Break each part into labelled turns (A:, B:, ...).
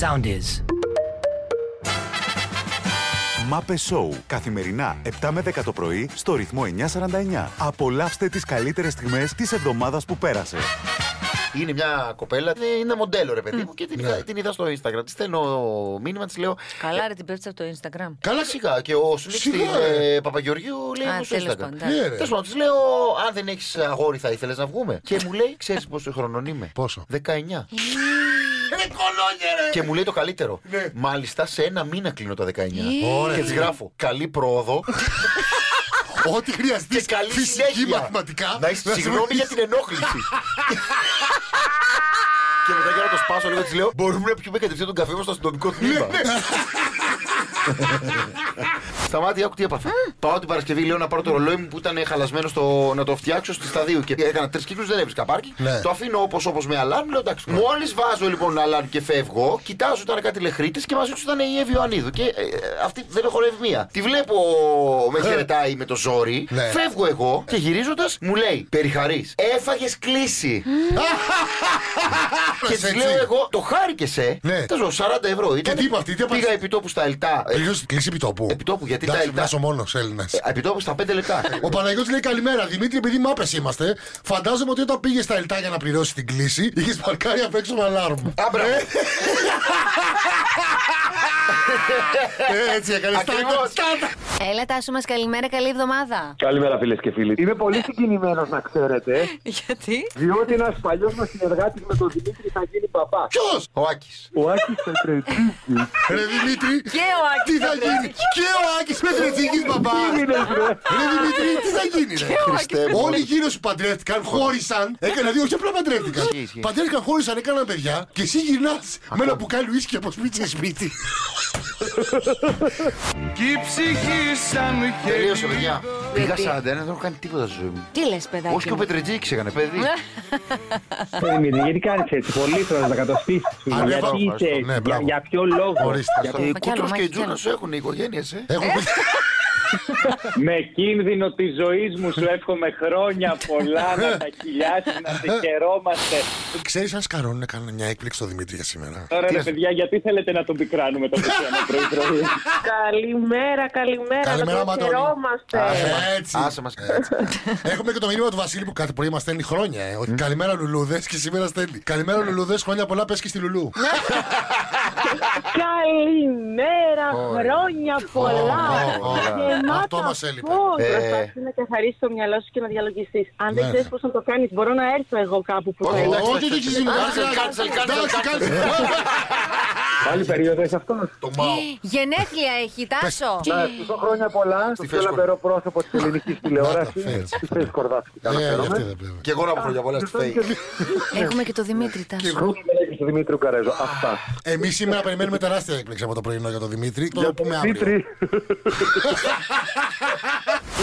A: Sound is.
B: Μάπε Σόου. Καθημερινά 7 με 10 το πρωί στο ρυθμό 949. Απολαύστε τις καλύτερες στιγμές της εβδομάδας που πέρασε.
C: Είναι μια κοπέλα, είναι- είναι μοντέλο ρε
D: Ναι.
C: παιδί μου και την, είδα, την είδα στο Instagram. Της στέλνω μήνυμα, της λέω.
E: Καλά, ρε, την πέφτεις από το Instagram.
C: Καλά, σιγά. Και ο Σνίκ
D: Σιγά,
C: στην
D: ρε.
C: ε, Παπαγεωργίου λέει
E: Α,
C: μου στο
E: τέλος
C: Instagram.
E: πάντων,
D: Ναι, ρε.
C: Τέλος πάντων, της λέω, αν δεν έχεις αγόρι, θα ήθελες να βγούμε. Και μου λέει, ξέρεις πόσο χρονών είμαι.
D: Πόσο?
C: 19. Ρε κολόνια,
E: Ε.
C: ρε! Και μου λέει το καλύτερο. Μάλιστα, σε ένα μήνα κλείνω τα 19.
D: Ναι.
E: Ε.
D: Ωραία.
C: Και της γράφω, καλή πρόοδο.
D: Ό,τι χρειαστείς.
C: και καλή
D: Φυσική,
C: συνέχεια.
D: μαθηματικά.
C: Να είσαι
D: σε
C: συγγνώμη για
D: βοηθήσει.
C: την ενόχληση. και μετά για να το σπάσω λίγο, της λέω: Μπορούμε να πιούμε κατευθείαν τον καφέ μας στο αστυνομικό
D: Ναι,
C: τμήμα. Σταμάτη, άκου τι έπαθε. Πάω την Παρασκευή, λέω να πάρω το ρολόι μου που ήταν χαλασμένο στο, να το φτιάξω στη σταδίου. Και έκανα τρεις κύκλους, δεν έβρισκα πάρκι.
D: Ναι.
C: Το αφήνω όπως όπως με αλάρμ, λέω εντάξει. Μόλις βάζω λοιπόν αλάρμ και φεύγω, κοιτάζω ήταν κάτι λεχρίτε και μαζί τους ήταν η Εύη Ιωαννίδου. Και ε, ε, αυτή δεν με χορεύει μία. Τη βλέπω με χαιρετάει με το ζόρι.
D: Ναι.
C: Φεύγω εγώ και γυρίζοντας μου λέει Περιχαρής, έφαγες κλίση. και
D: Έτσι.
C: τη λέω εγώ, το χάρηκες σε.
D: Ναι.
C: Τα ζω, 40 ευρώ ήταν.
D: τι είπε αυτή, τι απάντησε.
C: Πήγα επιτόπου στα ελτά. ε,
D: Τελείωσε κλείσει επιτόπου.
C: Επιτόπου, γιατί τα
D: Εντάξει,
C: Ελληνά-
D: βγάζω μόνος Έλληνας.
C: Ε, Επιτόπου στα 5 λεπτά.
D: Ο Παναγιώτης λέει καλημέρα. Δημήτρη, επειδή μάπες είμαστε, φαντάζομαι ότι όταν πήγες στα Ελτά για να πληρώσεις την κλίση, είχες παρκάρει απ' έξω με αλάρμ.
C: Άμπρα.
D: Ε, Έτσι έκανε.
C: Ακριβώς.
E: Ε, Έλα, Τάσο μας, καλημέρα, καλή εβδομάδα.
F: Καλημέρα φίλες και φίλοι. Είμαι πολύ συγκινημένος να ξέρετε,
E: Γιατί?
F: διότι ένας παλιός μας συνεργάτης με τον Δημήτρη θα γίνει παπά.
D: Ποιος!
C: Ο Άκης.
F: Ο Άκης Πετρετζίκη.
D: Ρε Δημήτρη,
E: Και ο Άκης
D: τι θα γίνει. Και ο Άκης Πετρετζίκη, μπαμπά.
F: Τι είναι, βρε.
D: Ρε Δημήτρη, τι θα γίνει.
E: Ε,
D: ρε.
C: Χριστέ μου.
D: Όλοι γύρω σου παντρεύτηκαν, χώρισαν. Έκανα δύο, όχι απλά παντρεύτηκαν.
C: Ισχύει, ισχύει.
D: Παντρεύτηκαν, χώρισαν, έκαναν παιδιά. Και εσύ γυρνάς με ένα μπουκάλι ουίσκι από σπίτι σε σπίτι.
C: Τελείωσε, παιδιά. Πήγα 41, δεν έχω κάνει τίποτα στη ζωή μου.
E: Τι λες, παιδάκι.
C: Όχι και ο
E: μου. Ε.
C: Πετρετζίκης έκανε, παιδί.
F: Ε, Δημήτρη, γιατί κάνεις έτσι. Πολύ θέλω να κατοστήσεις.
D: Ανέβα,
F: Γιατί
D: ευχαριστώ. Ναι,
F: είσαι έτσι. Για,
D: μπράβο.
F: για ποιο λόγο.
D: Ορίστε,
F: Για-
C: Οι
E: Μα κι άλλο,
C: Κούτρος
E: μα
C: και οι
E: κι άλλο.
C: Τζούνας έχουν οι οικογένειες, ε.
D: Έχω πει.
F: Με κίνδυνο της ζωής μου σου εύχομαι χρόνια πολλά να τα χιλιάσει, να σε χαιρόμαστε.
D: Ξέρεις, αν σκαρώνουν, έκανα μια έκπληξη στο Δημήτρη για σήμερα.
F: Τώρα ρε
C: ας-
F: παιδιά, γιατί θέλετε να τον πικράνουμε το Χριστιανό πρωί-πρωί.
G: Καλημέρα, καλημέρα.
D: Καλημέρα, ε.
G: να το
D: Μαντώνη.
G: χαιρόμαστε.
C: Άσε μας.
D: Έτσι.
C: Άσε μας.
D: Έτσι. Έχουμε και το μήνυμα του Βασίλη που κάθε πρωί μας στέλνει χρόνια. Ε, ότι καλημέρα Λουλούδες και σήμερα στέλνει. Καλημέρα Λουλούδες, χρόνια πολλά πες και στη Λουλού.
G: Καλημέρα, χρόνια πολλά.
D: ω, ω, ω. Αυτό
G: Γεμάτα
D: μας έλειπε.
G: φως.
C: Ε.
G: Προσπάθησε να καθαρίσει το μυαλό σου και να διαλογιστείς. Αν
D: Ναι,
G: δεν ξέρεις
D: ναι.
G: πώς να το κάνεις, μπορώ να έρθω εγώ κάπου που
C: Όχι,
G: θέλεις.
C: εντάξει,
D: Όχι, όχι, όχι.
C: Cancel, cancel, cancel,
D: Εντάξει,
C: cancel.
D: κάτσε.
F: Πάλι περίοδος αυτός.
C: Το Μάο.
E: Γενέθλια έχει, Τάσο.
F: Να ναι. ευχηθώ χρόνια πολλά στο πιο λαμπερό πρόσωπο της ελληνικής τηλεόρασης.
D: Να τα φέρεις.
F: Στη Θέση Κορδάφη. Καλά
D: Ε,
F: φαίνομαι.
D: αυτή δεν πρέπει.
C: Και εγώ να πω χρόνια πολλά στη ΦΕΙ.
E: Έχουμε και το Δημήτρη, Τάσο.
F: Χρόνια πολλά και στο Δημήτρη Καρέζο. Αυτά.
D: Εμείς σήμερα περιμένουμε τεράστια έκπληξη από το πρωινό για τον Δημήτρη. Το
F: Για
D: πούμε
F: τον
D: αύριο.
F: Δημήτρη.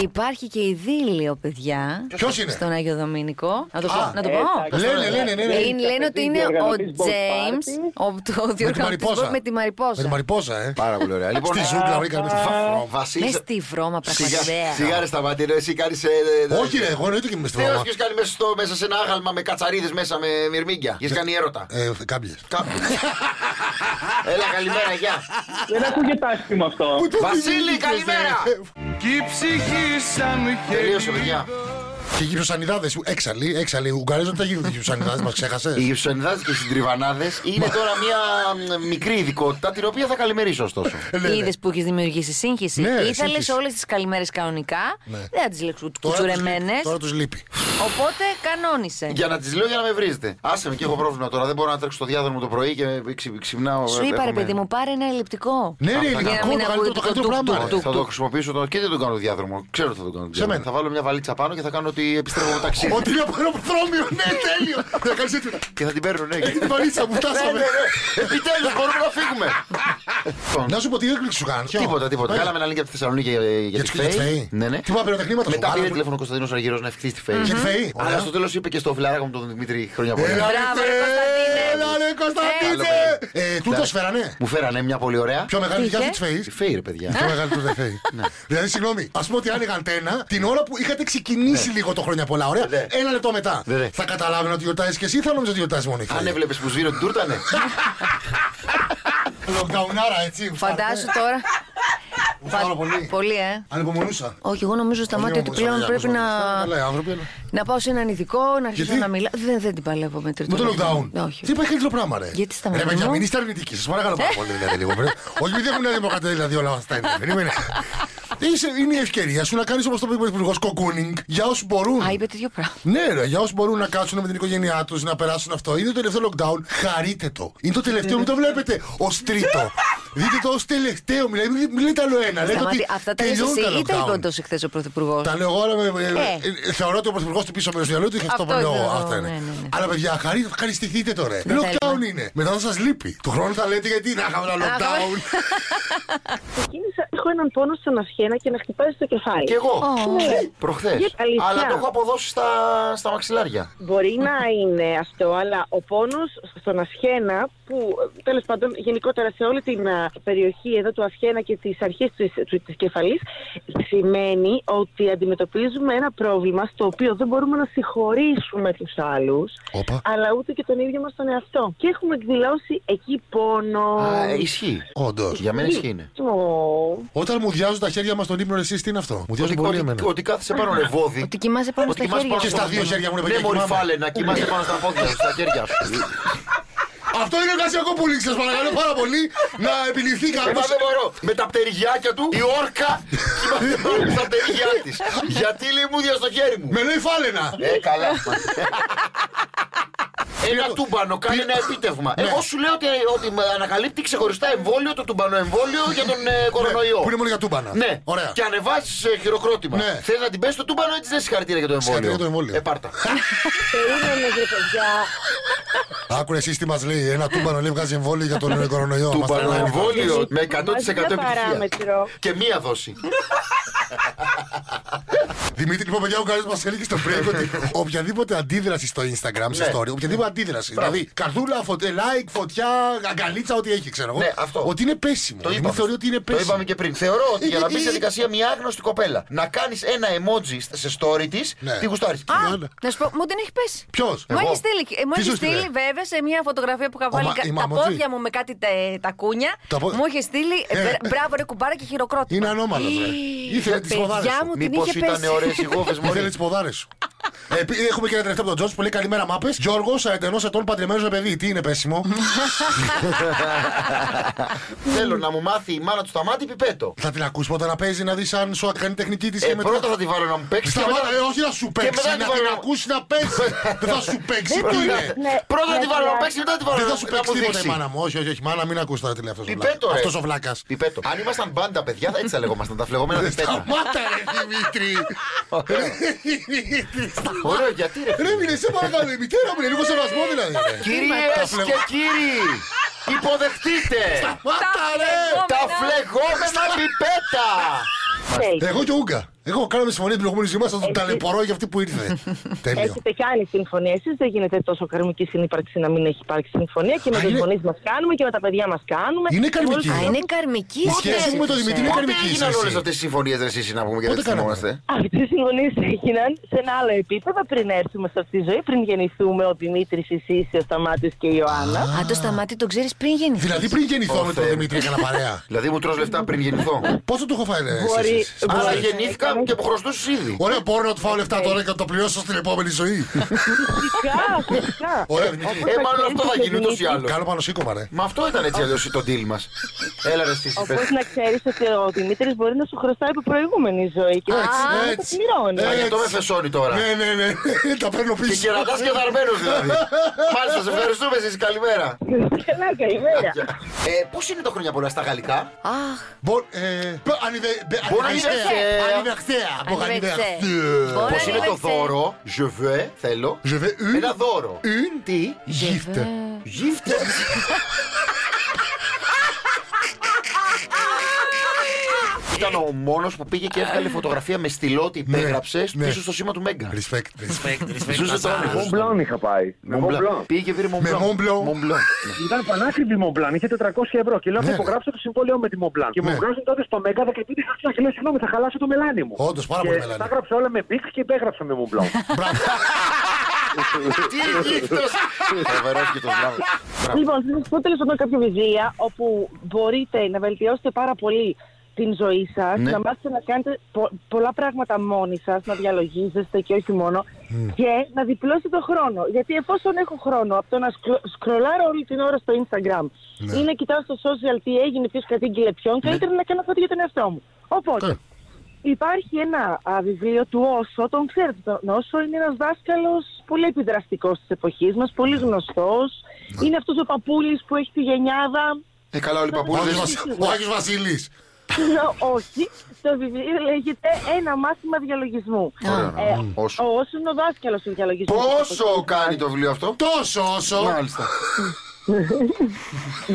E: Υπάρχει και η Δήλιο, παιδιά.
D: Ποιος είναι.
E: Στον Άγιο Δομήνικο. Να το πω.
D: Α,
E: να το
F: ε,
E: πω.
F: εντάξει.
D: Λένε, λένε, ναι, ναι.
E: Είναι, λένε ότι είναι ο
F: διοργανωτής Bob
E: James, ο, ο διοργανωτής
D: Μαριπόζα.
E: Bob με τη
D: Με την
E: Μαριπόσα.
D: Μαριπόζα, ε.
C: Πάρα πολύ ωραία. Λοιπόν,
D: Στη ζούγκλα βρήκαμε στη φαφρό.
E: Με
C: Βασίλισσα.
E: στη βρώμα, πραγματικά.
C: Σιγάρε στα μάτια, εσύ κάνεις... ε, ε,
D: Όχι, ρε, εγώ εννοείται και είμαι στη
C: Τι
D: βρώμα.
C: έχεις κάνει μέσα, στο, μέσα σε ένα άγαλμα με κατσαρίδες μέσα με μυρμήγκια. Έχεις κάνει έρωτα.
D: Ε, Κάποιε.
C: Κάπου. Έλα, καλημέρα, γεια.
F: Δεν ακούγεται άσχημο αυτό.
C: Βασίλη, καλημέρα. Τελείωσε,
D: Ε,
C: παιδιά.
D: Και γύρω σανιδάδε. Έξαλλοι, έξαλλοι. Ουγγαρίζονται δεν γίνονται γύρω σανιδάδε, μα
C: Οι
D: ξέχασε.
C: γευσονιδάδε και οι συντριβανάδες είναι τώρα μια μ, μικρή ειδικότητα την οποία θα καλημερίσω ωστόσο.
E: Είδε που έχεις δημιουργήσει σύγχυση.
D: Ε, Ναι, ρε,
E: Ήθελες
D: σύγχυση. Ναι.
E: όλες τις καλημέρες κανονικά. Δεν θα τις λέξω
D: Τώρα τους λείπει-
E: κουτσουρεμένες.
D: Τώρα τους λείπει.
E: Οπότε κανόνισε.
C: για να τις λέω για να με βρίζετε. Άσε με και έχω πρόβλημα τώρα. Δεν μπορώ να τρέξω το διάδρομο το πρωί και ξυ- ξυπνάω.
E: Σου
C: ε,
E: είπα, ρε
C: έχουμε-
E: παιδί μου, πάρε ένα ελλειπτικό.
D: Ναι, ρε,
C: Για να
D: ελληνικό,
E: μην
D: το καλύτερο-
E: ακούει
D: το
E: το
D: καλύτερο
E: τουκ,
D: πράγμα.
E: τουκ,
D: ρε.
E: τουκ.
C: Θα το χρησιμοποιήσω τώρα και δεν τον κάνω διάδρομο. Ξέρω ότι θα τον κάνω διάδρομο.
D: μένα.
C: Θα βάλω μια βαλίτσα πάνω και θα κάνω ότι επιστρέφω ταξίδι.
D: Ότι είναι από ένα προδρόμιο, ναι, τέλειο. Να κάνεις έτσι.
C: και θα την παίρνω, ναι.
D: Έχει την βαλίτσα μου, φτάσαμε.
C: Επιτέλους μπορούμε να φύγουμε.
D: Να σου πω τι έκπληξη σου κάνω.
C: Τίποτα, τίποτα. Κάναμε ένα link από τη Θεσσαλονίκη για- για
D: Για
C: τη
D: τους- για της
C: ΦΕΗ.
D: ΦΕΗ.
C: Ναι, ναι.
D: Τι είπα, πυροτεχνήματα σου.
C: Μετά
D: Άλλα
C: πήρε
D: μου-
C: τηλέφωνο ο Κωνσταντίνος Αργυρό να ευχηθεί τη ΦΕΗ.
D: Για τη ΦΕΗ.
C: Αλλά στο τέλος είπε και στο φιλαράκο μου τον Δημήτρη χρόνια πολλά.
D: Έλα,
E: Μπράβο,
D: ρε,
E: ρε, Κωνσταντίνε.
D: Έλα, ρε, Κωνσταντίνε. Ε, Τούτο φέρανε.
C: Μου φέρανε μια πολύ ωραία.
D: Πιο μεγάλη δικιά σου
E: είχε? Ε.
D: της ΦΕΗ.
C: Τη ΦΕΗ, ρε παιδιά.
D: Πιο μεγάλη του δεν φέει.
C: Ναι.
D: Δηλαδή, συγγνώμη, ας πούμε ότι άνοιγαν τένα την ώρα που είχατε ξεκινήσει λίγο το χρόνια πολλά. Ωραία.
C: Ναι.
D: Ένα λεπτό μετά.
C: Ναι, ναι.
D: Θα καταλάβαινα ότι γιορτάζεις και εσύ ή θα νόμιζα ότι γιορτάζεις μόνο η
C: Αν
D: ΦΕΗ?
C: έβλεπες που σβήνω την τούρτα, ναι.
D: Λοκαουνάρα, έτσι.
E: Φαντάσου τώρα.
D: Πάρα πολύ.
E: Πολύ, ε.
D: Ανυπομονούσα.
E: Όχι, εγώ νομίζω στα μάτια
D: Πολύ
E: του
D: όμως,
E: πλέον
D: ωραία,
E: πρέπει
D: όπως
E: να,
D: όμως. Καλά, οι άνθρωποι, αλλά-
E: να πάω σε έναν ειδικό, να αρχίσω
D: Γιατί?
E: να μιλάω. Δεν, δεν την παλεύω με τρίτο. Ε,
D: Με το lockdown.
E: Ναι, Όχι.
D: Τι υπάρχει καλύτερο πράγμα, ρε.
E: Γιατί στα
D: Ρε,
E: μάτια
D: παιδιά,
E: μου?
D: μην είστε αρνητικοί. Σας παρακαλώ πάρα πολύ, δηλαδή λίγο. πρέπει- Όχι, μην έχουμε δημοκρατία, δηλαδή όλα αυτά είναι. Περίμενε. Είσαι- Είναι η ευκαιρία σου να κάνεις όπως το είπε ο Υπουργό Κοκκούνινγκ για όσους μπορούν.
E: Α, είπε τέτοιο πράγμα.
D: Ναι, ρε, για όσους μπορούν να κάτσουν με την οικογένειά τους, να περάσουν αυτό. Είναι το τελευταίο lockdown. Χαρείτε το. Είναι το τελευταίο, μην το βλέπετε ως τρίτο. Δείτε το ως τελευταίο. Μιλάει, μην μην λέτε άλλο ένα. Λέτε
E: Σταμάτη,
D: ότι
E: αυτά τα λες
D: τελειώνουν
E: εσύ
D: τα
E: ή τα είπε
D: lockdown.
E: όντως εχθές ο Πρωθυπουργός.
D: Τα λέω εγώ, αλλά με- με-
E: Ε.
D: ε, θεωρώ ότι ο Πρωθυπουργός του πίσω μέρος του μυαλού του είχε αυτό που
E: Αυτό
D: λέω.
E: είναι το-
D: Αυτά είναι.
E: ναι, ναι, ναι.
D: Αλλά παιδιά, χαρι- ευχαριστηθείτε τώρα.
E: Δεν
D: Lockdown
E: θέλουμε.
D: είναι. Μετά θα σας λείπει. Του χρόνου θα λέτε γιατί να είχαμε ένα lockdown.
G: Ξεκίνησα, έχω έναν πόνο στον αυχένα και να χτυπάει στο κεφάλι.
C: Κι εγώ.
G: Ναι.
C: Προχθές.
G: Για αλήθεια.
C: Αλλά το έχω αποδώσει στα, στα μαξιλάρια.
G: Μπορεί να είναι αυτό, αλλά ο πόνος στον Ασχένα, που τέλος πάντων γενικότερα σε όλη την α, περιοχή εδώ του Ασχένα και τις αρχές της κεφαλής, σημαίνει ότι αντιμετωπίζουμε ένα πρόβλημα στο οποίο δεν μπορούμε να συγχωρήσουμε τους άλλους,
D: Όπα.
G: αλλά ούτε και τον ίδιο μας τον εαυτό. Και έχουμε εκδηλώσει εκεί πόνο.
C: Α, ε, ισχύει.
D: Όντως.
C: Για μένα ισχύει ναι. είναι.
G: Ω,
D: Όταν μου διάζουν τα χέρια μας στον ύπνο, εσεί τι είναι αυτό. Μου διάζουν
C: Ότι,
D: πολύ
C: ότι,
D: εμένα.
C: ότι κάθεσαι πάνω ρεβόδι.
E: Ότι κοιμάσαι πάνω στα
C: κοιμάσαι
E: χέρια
D: Και
E: σου.
D: στα δύο χέρια μου, ρε
C: Ναι,
D: παιδιά,
C: μωρή
D: κοιμάμαι.
C: φάλε, να κοιμάσαι πάνω στα πόδια σου, στα χέρια σου.
D: Αυτό είναι εργασιακό πουλί, σας παρακαλώ πάρα πολύ να επιληθεί κάποιο.
C: Εμά Ε, δεν μπορώ. Με τα πτεριγιάκια του, η όρκα κοιμάται πάνω στα πτεριγιά τη. Γιατί λιμούδια στο χέρι μου.
D: Με λέει φάλαινα.
C: Ε, καλά. Ένα τούμπανο, κάνει
D: Πήρα-
C: ένα επίτευγμα.
D: Ναι.
C: Εγώ σου λέω ότι, ότι με ανακαλύπτει ξεχωριστά εμβόλιο, το τούμπανο εμβόλιο για τον ε, κορονοϊό.
D: Ναι. Που είναι μόνο για τούμπανα.
C: Ναι,
D: Ωραία.
C: και ανεβάζεις ε, χειροκρότημα.
D: Ναι.
C: Θες να την πέσει το τούμπανο, έτσι δεν συγχαρητήρια για το εμβόλιο.
D: Συγχαρητήρια για το εμβόλιο.
C: Ε, πάρτα.
G: Περίμενες, ρε παιδιά.
D: Άκουρε εσείς τι μας λέει. Ένα τούμπανο λέει βγάζει εμβόλιο για τον κορονοϊό. Μας
C: τούμπανο
D: τρελαίνει.
C: εμβόλιο με 100%
G: Μαζί με
C: επιτυχία.
G: παράμετρο.
C: Και μία δόση.
D: Δημήτρη, λοιπόν, παιδιά, ο Γκάρι μας έλεγε στο break ότι οποιαδήποτε αντίδραση στο Instagram, σε
C: Ναι.
D: story, οποιαδήποτε αντίδραση.
C: Μπράβο.
D: Δηλαδή, καρδούλα, φωτε, like, φωτιά, αγκαλίτσα, ό,τι έχει, ξέρω εγώ.
C: Ναι, αυτό.
D: Ότι είναι πέσιμο.
C: Το
D: Μην
C: είπαμε.
D: Δηλαδή, θεωρεί ότι είναι Ε,
C: Το
D: πέσιμο.
C: είπαμε και πριν. Θεωρώ ότι για να μπει σε δικασία μια άγνωστη κοπέλα, να κάνεις ένα emoji σε story της,
D: Ναι.
C: τη γουστάρεις.
E: Α,
D: Άννα.
E: να σου πω, μου την έχει πέσει.
D: Ποιος,
E: Μου
D: εγώ?
E: έχει στείλει, ε, μου
D: Τι
E: έχει
D: σου στείλε?
E: στείλει βέβαια σε μια φωτογραφία που είχα βάλει
D: μα-
E: κα- τα
D: η μαμοτζή.
E: πόδια μου με κάτι τα, τα κούνια.
D: Τα πόδια.
E: Μου είχε στείλει ε, μπρα- μπράβο ρε κουμπάρα και χειροκρότημα.
D: Είναι ανώμαλος, ρε. Ήθελε τι ποδάρε
E: Παιδιά
D: σου.
E: μου την
C: Μήπως
E: είχε
C: ήταν
E: πέσει.
C: ωραίε οι
D: Ε,
C: γόβε μου.
D: Ήθελε τι ποδάρε σου. Ε, π- έχουμε και ένα τελευταίο από τον Τζόρτζ που λέει Καλημέρα, Μάπες. Γιώργος, αετενό ετών παντρεμένος με παιδί. Τι είναι πέσιμο.
C: Θέλω να μου μάθει η μάνα του σταμάτη πιπέτο.
D: θα την ακούσουμε όταν να παίζει να δεις αν σου κάνει τεχνική τη
C: Ε,
D: και μετά.
C: πρώτα θα τη βάλω να μου παίξει. και
D: Σταμάτα,
C: μετά-
D: ε, όχι να σου
C: μετά
D: παίξει. Να
C: την
D: την
C: βάλω- Ε,
D: ακούσει να παίζεις. Δεν θα σου παίξει.
C: Πρώτα-
D: Τι είναι.
G: Ναι,
C: Πρώτα θα
G: ναι,
C: τη βάλω να
G: ναι.
C: παίξει, μετά θα τη βάλω
D: Δεν θα
C: να-
D: σου
C: να
D: παίξει
C: μου
D: τίποτα η
C: δείξει.
D: μάνα μου. Όχι, όχι, όχι. Μάνα, μην ακούς τώρα τι λέει αυτός ο
C: Πιπέτο,
D: βλάκας.
C: ρε.
D: Αυτός ο βλάκας.
C: Πιπέτο. Αν ήμασταν μπάντα, παιδιά, θα έτσι θα λεγόμασταν. Τα φλεγόμενα πιπέτο.
D: Σταμάτα, ρε Δημήτρη.
C: Ωραίο. Ωραίο, γιατί ρε.
D: Ρε, μην σε παρακαλώ, η μητέρα μου είναι λίγο σεβασμό δηλαδή. ρε. Τα
C: Κυρίες
D: φλεγ-
C: και κύριοι, υποδεχτείτε
D: Σταμάτα, ρε.
C: τα φλεγόμενα πιπέτα.
G: Θέλει.
D: Εγώ και ο Ούγκα. Εγώ κάναμε συμφωνία την προηγούμενη ζημιά, θα τον ταλαιπωρώ για αυτή που ήρθε. Τέλειο.
G: Έχετε και άλλε συμφωνίε. Εσείς δεν γίνεται τόσο καρμική συνύπαρξη να μην έχει υπάρξει συμφωνία και με
D: Α,
G: τους
D: είναι-
G: γονείς μας κάνουμε και με τα παιδιά μας κάνουμε.
D: Είναι καρμική.
E: Α, είναι καρμική
D: Η
E: σχέση
D: σχέση μου με τον
E: τους,
D: Δημήτρη
E: ε.
D: είναι
C: Πότε
D: καρμική
C: έγιναν όλες
D: σχέση.
C: αυτές οι συμφωνίες ρε εσείς συνάμα μου και δεν
D: Πότε
C: τις
D: κάναμε?
C: θυμόμαστε.
G: Αυτές οι συμφωνίες έγιναν σε ένα άλλο επίπεδο πριν έρθουμε σε αυτή τη ζωή, πριν γεννηθούμε ο Δημήτρης, η Σύση, ο Σταμάτης και η Ιωάννα.
E: Α, το σταμάτη τον ξέρεις πριν γεννηθείς.
D: Δηλαδή πριν γεννηθώ
C: Ω,
D: με τον
C: Θεέ.
D: Δημήτρη έκανα παρέα.
C: Δηλαδή μου τρως λεφτά πριν γεννηθώ.
D: Πόσο του έχω φάει, ρε,
G: Μπορεί-
D: εσύ, εσύ.
G: μπορεί-
C: Άρα
G: Ωραία.
C: γεννήθηκα και μου χρωστούσες ήδη.
D: Ωραία, μπορώ να του φάω λεφτά τώρα και να το πληρώσω στην επόμενη ζωή.
G: Φυσικά, φυσικά.
D: Ωραία, Δημήτρη.
C: Ε, μάλλον αυτό θα γίνει ούτως ή άλλως.
D: Κάνω πάνω σήκωμα, ρε.
C: Μα αυτό ήταν έτσι αλλιώς το deal μας. Έλα ρε εσείς
G: Οπότε να ξέρεις ότι ο Δημήτρης μπορεί να σου χρωστάει από προηγούμενη ζωή και
D: Έτσι,
G: να μην το
D: έτσι. Ε.
G: πληρώνει.
C: Μα γι' αυτό με φεσώνει τώρα.
D: Ναι, ναι, ναι. Τα παίρνω
C: Και
D: πίσω.
C: κερατάς και δαρμένος δηλαδή. Μάλιστα, σε ευχαριστούμε εσείς, καλημέρα.
G: Καλά, καλημέρα.
C: Ε, Πώς είναι τα χρόνια πολλά στα γαλλικά.
E: Αχ,
D: Μπο- ε, μπο- ανιδε- μπε-
C: Μπορεί να
D: ανιβερσέα.
C: είναι-
D: Ανιβερσέα. Μπο-
E: ανιβερσέ.
D: ανιβερσέα.
E: Μπορεί
C: Πώ
E: να
C: είναι το
E: ανιβερσέ.
C: δώρο, je veux, θέλω.
D: Je veux une-
C: Ένα δώρο.
D: une-
C: Τι.
D: Gift.
C: Gift. Ήταν ο μόνος που πήγε και έβγαλε φωτογραφία με στυλό ότι υπέγραψες
D: ναι.
C: πίσω στο σήμα του Μέγκα.
D: Respect. respect.
C: Ζούσε το όνομα.
A: Μομπλάν είχα πάει. Με
C: Mont Blanc.
A: Μομπλάν.
C: Πήγε και πήρε Mont
D: Με
C: Blanc.
D: Mont Blanc.
C: Mont Blanc.
A: Ήταν πανάκριβη Μομπλάν, είχε 400 ευρώ. Και λέω
D: Ναι,
A: θα
D: ρε.
A: υπογράψω το συμβόλαιο με τη Μομπλάν. Και μου
D: Ναι.
A: βγάζουν τότε στο Μέγκα 15 χρόνια και λέω συγγνώμη, θα
D: Oh,
A: χαλάσω το μελάνι μου.
D: Όντως, πάρα
A: Και
D: πολύ μελάνι.
A: Τα έγραψα όλα με μπίξ και υπέγραψα με Μομπλάν.
D: Μπράβο.
C: Τι γύφτος. Φοβερός γύφτος, μπράβο. Μπράβο.
G: Λοιπόν, θα σας πω τέλος πάντων κάποια βιβλία όπου μπορείτε να βελτιώσετε πάρα πολύ την ζωή σας,
C: Ναι.
G: να μάθετε να κάνετε πο- πολλά πράγματα μόνοι σας, να διαλογίζεστε και όχι μόνο,
C: Ναι.
G: και να διπλώσετε τον χρόνο. Γιατί εφόσον έχω χρόνο από το να σκρο- σκρολάρω όλη την ώρα στο Instagram
C: Ναι.
G: ή να κοιτάω στο social τι έγινε, ποιος κατήγγειλε ποιον, καλύτερα να κάνω κάτι για τον εαυτό μου. Οπότε,
D: Ε.
G: Υπάρχει ένα α, βιβλίο του Όσο, τον ξέρετε τον Όσο, είναι ένας δάσκαλος πολύ επιδραστικός της εποχής μας, πολύ γνωστός.
C: Ναι.
G: Είναι αυτός ο παππούλης που έχει τη γενιάδα.
C: Ε, καλά, όλοι οι
D: Ο
C: παππούδες.
D: Άγιος Βασι- Ο Άγιος Βασίλης.
C: Ναι.
G: Όχι, το βιβλίο λέγεται «Ένα μάθημα διαλογισμού».
C: Ωραία,
G: Ε,
C: ναι.
G: ο
C: Όσο.
G: Όσο είναι ο δάσκαλος του διαλογισμού.
C: Πόσο κάνει το βιβλίο αυτό.
D: Τόσο όσο.
C: Μάλιστα.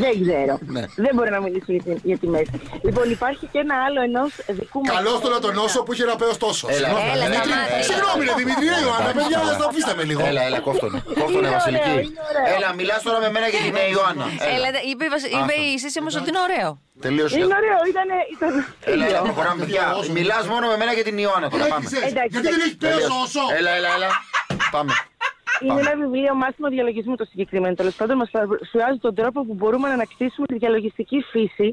G: Δεν ξέρω.
C: Ναι.
G: Δεν μπορώ να μιλήσω για τη, για τη μέση. Λοιπόν, υπάρχει και ένα άλλο ενός δικού μας...
D: Καλό τον να τον νόσο που είχε ένα παίο τόσο.
C: Έλα,
D: Συγγνώμη,
C: έλα,
D: Δημήτρη.
E: σταμάτα, έλα.
D: Συγγνώμη, ρε Δημήτρη, ρε Ιωάννα, παιδιά, θα αφήστε με λίγο.
C: Έλα, έλα, κόφτονε. Κόφτονε,
G: ωραίο,
C: Βασιλική.
G: είναι ωραίο.
C: Έλα, μιλάς τώρα με μένα για την Νέα Ιωάννα.
E: Έλα, δε- είπε, η Βασι- είπε η Σύση όμως ότι είναι ωραίο.
C: Τελείωσε.
G: Είναι ωραίο, ήταν... ήταν...
C: Έλα, έλα,
G: τέλειο.
C: προχωράμε, παιδιά. Μιλάς μόνο με μένα για την Ιωάννα. Τώρα πάμε.
D: Έχεις, έχεις.
G: Εντάξει,
D: Γιατί δεν
G: εντάξει.
D: έχεις παίο όσο.
C: Έλα, έλα, έλα. Πάμε.
G: Είναι ένα βιβλίο μάθημα διαλογισμού το συγκεκριμένο. Τέλος πάντων, μας παρουσιάζει τον τρόπο που μπορούμε να ανακτήσουμε τη διαλογιστική φύση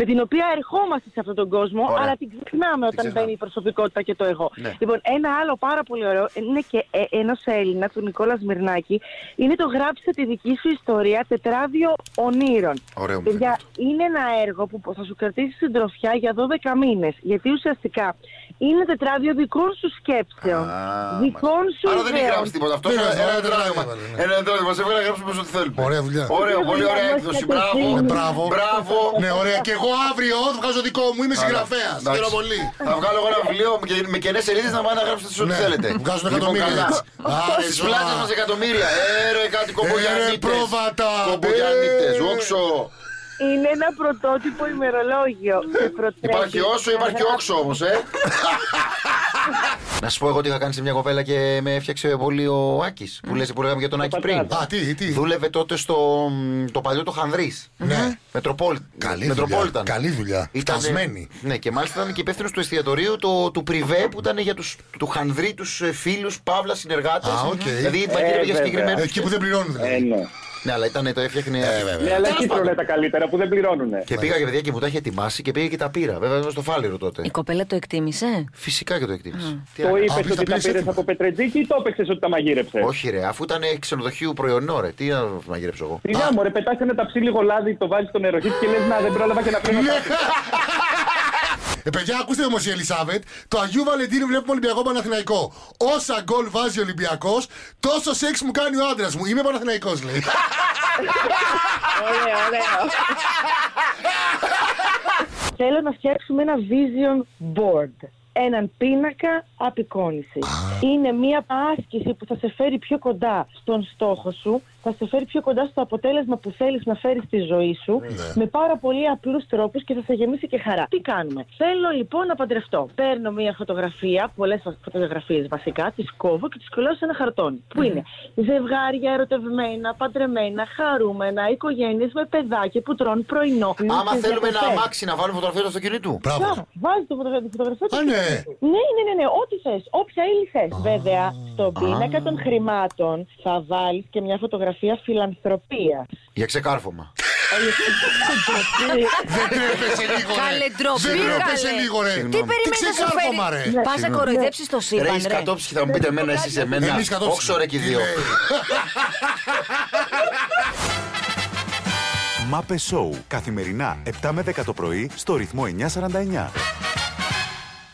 G: με την οποία ερχόμαστε σε αυτόν τον κόσμο,
C: Ωραία. Ναι.
G: αλλά την ξεχνάμε όταν μπαίνει η προσωπικότητα και το εγώ. Λοιπόν, ένα άλλο πάρα πολύ ωραίο είναι και ε, ενό Έλληνα, του Νικόλας Μυρνάκη, είναι το Γράψτε τη δική σου ιστορία, τετράδιο ονείρων.
C: Ωραίο μου
G: Παιδιά,
C: φαίνεται.
G: είναι ένα έργο που θα σου κρατήσει συντροφιά για 12 μήνες. Γιατί ουσιαστικά είναι τετράδιο δικών σου σκέψεων,
C: Α,
G: δικών σου
C: Άρα δεν έχει
G: ιδέων.
C: γράψει τίποτα αυτό.
D: Ναι,
C: Ένα
D: ναι, ναι,
C: τετράδιο.
D: ναι, ναι, ναι.
C: Ένα τετράδιο. Μα έφερε να γράψουμε όσο θέλουμε.
D: Ωραία δουλειά.
C: Ωραίο,
G: Ωραία
C: πολύ ωραία
G: δουλειά,
C: έκδοση.
G: μας
C: Μπράβο.
G: κατευθύνει.
D: Μπράβο.
C: Μπράβο.
D: Ναι, ωραία. Και εγώ αύριο θα βγάζω δικό μου, είμαι συγγραφέας.
C: εντάξει.
D: Θέλω πολύ.
C: Θα βγάλω εγώ ένα βιβλίο με- με κενές σελίδες να πάνε να γράψετε τις ό,τι
D: Ναι,
C: θέλετε.
D: βγάζουν
C: Λοιπόν,
D: εκατομμύρια
C: καλά. ε,
D: έτσι. Άρε,
C: Στι
D: ζωά.
C: πλάτες μας εκατομμύρια. Έρε κάτι
D: Έρε
C: κομπογιανίτε.
D: πρόβατα.
C: Κομπογιανίτες.
D: Ε.
C: Όξο.
G: Είναι ένα πρωτότυπο ημερολόγιο. και προτρέπει
C: Υπάρχει όσο,
G: να
C: υπάρχει
G: γράψει-
C: όξο όμως, ε. Να σου πω εγώ τι είχα κάνει σε μια κοπέλα και με έφτιαξε πολύ ο Άκης. Που λες που λέγαμε για τον Άκη πριν.
D: Α, τι, τι.
C: Δούλευε τότε στο μ, το παλιό το Χανδρή.
D: Ναι.
C: Μετροπόλ...
D: Καλή δουλειά.
C: Μετροπόλταν.
D: Καλή δουλειά.
C: Ήτανε-
D: Φτασμένη.
C: Ναι, και μάλιστα ήταν και υπεύθυνος του εστιατορίου το, του Πριβέ που ήταν για τους, του Χανδρή, τους φίλους, Παύλα, συνεργάτες.
D: Α, οκ.
C: Δηλαδή επαγγέλμα
F: Ε,
C: για
F: βέβαια.
C: συγκεκριμένου.
D: Εκεί που δεν Ε, πληρώνουν. δηλαδή.
F: Ε, ναι.
C: Ναι, αλλά ήταν το έφτιαχνε.
F: Ναι, αλλά εκεί τρώνε τα καλύτερα που δεν πληρώνουνε.
D: Ναι.
C: Και πήγα και παιδιά και μου τα είχε ετοιμάσει και πήγα και τα πήρα. Βέβαια ήταν στο φάληρο
D: Ναι.
C: τότε.
E: Η κοπέλα το εκτίμησε.
C: Φυσικά και το εκτίμησε. Τι
F: Το
C: άλλο.
D: Α,
F: είπε
D: πήρες τα
F: ότι τα
D: πήρες
F: πήρε
D: έτοιμα.
F: από Πετρετζίκη ή το έπαιξες ότι τα μαγείρεψες.
C: Όχι, ρε, αφού ήταν ξενοδοχείου προϊονό, ρε. Τι να μαγειρέψω εγώ.
F: Τι να μου, ρε, πετάς ένα ταψί λίγο λάδι, το βάζεις στο νεροχύτη και λες να δεν πρόλαβα και να πλύνω.
C: ναι.
F: τα άκρα».
D: Ε, παιδιά, ακούστε όμως η Ελισάβετ. Το Αγίου Βαλεντίνου βλέπουμε Ολυμπιακό Παναθηναϊκό. Όσα γκολ βάζει ο Ολυμπιακός, τόσο σεξ μου κάνει ο άντρας μου. Είμαι Παναθηναϊκός, λέει.
G: Ωραίο, ωραίο. Θέλω να φτιάξουμε ένα vision board. Έναν πίνακα απεικόνηση. Είναι μία άσκηση που θα σε φέρει πιο κοντά στον στόχο σου, θα σε φέρει πιο κοντά στο αποτέλεσμα που θέλεις να φέρεις στη ζωή σου,
C: Ναι.
G: με πάρα πολύ απλούς τρόπους και θα σε γεμίσει και χαρά. Τι κάνουμε. Θέλω λοιπόν να παντρευτώ. Παίρνω μία φωτογραφία, πολλές φωτογραφίες βασικά, τις κόβω και τις κολλάω σε ένα χαρτόνι. Που
C: Ναι.
G: είναι ζευγάρια ερωτευμένα, παντρεμένα, χαρούμενα, οικογένειες με παιδάκια που τρώνε πρωινό.
C: Άμα
G: Πλούσιες
C: θέλουμε ένα
G: διακοπές.
C: αμάξι να βάλουμε φωτογραφία του αυτοκινήτου.
D: Μπράβο.
G: Να, Βάζεις το φωτογραφία τη φωτογραφία του.
D: Α, ναι.
G: ναι, ναι, ναι, ναι, ό,τι θες. Όποια ύλη θες. Βέβαια, στον πίνακα των χρημάτων θα βάλεις και μια φωτογραφία φιλανθρωπίας.
C: Για ξεκάρφωμα.
D: Δεν τρέπεσαι λίγο, ρε.
E: Καλέ ντροπή,
D: Δεν τρέπεσαι
E: καλέ.
D: λίγο, ρε.
E: Τι
D: Τι
E: περιμένεις να σου
D: ξέρεις άρωμα, ρε.
E: φέρει. Πας να κοροϊδέψεις το
C: Ρε,
E: σύμπαν,
C: είσαι
E: ρε.
C: κατόψυχη, θα μου πείτε εμένα, εσύ σε μένα.
D: Εμείς κατόψυχοι.
C: Όξο ρε και οι δύο.
D: Τι λέει.
B: Μάπε Σόου. Καθημερινά 7 με 10 το πρωί στο ρυθμό 949.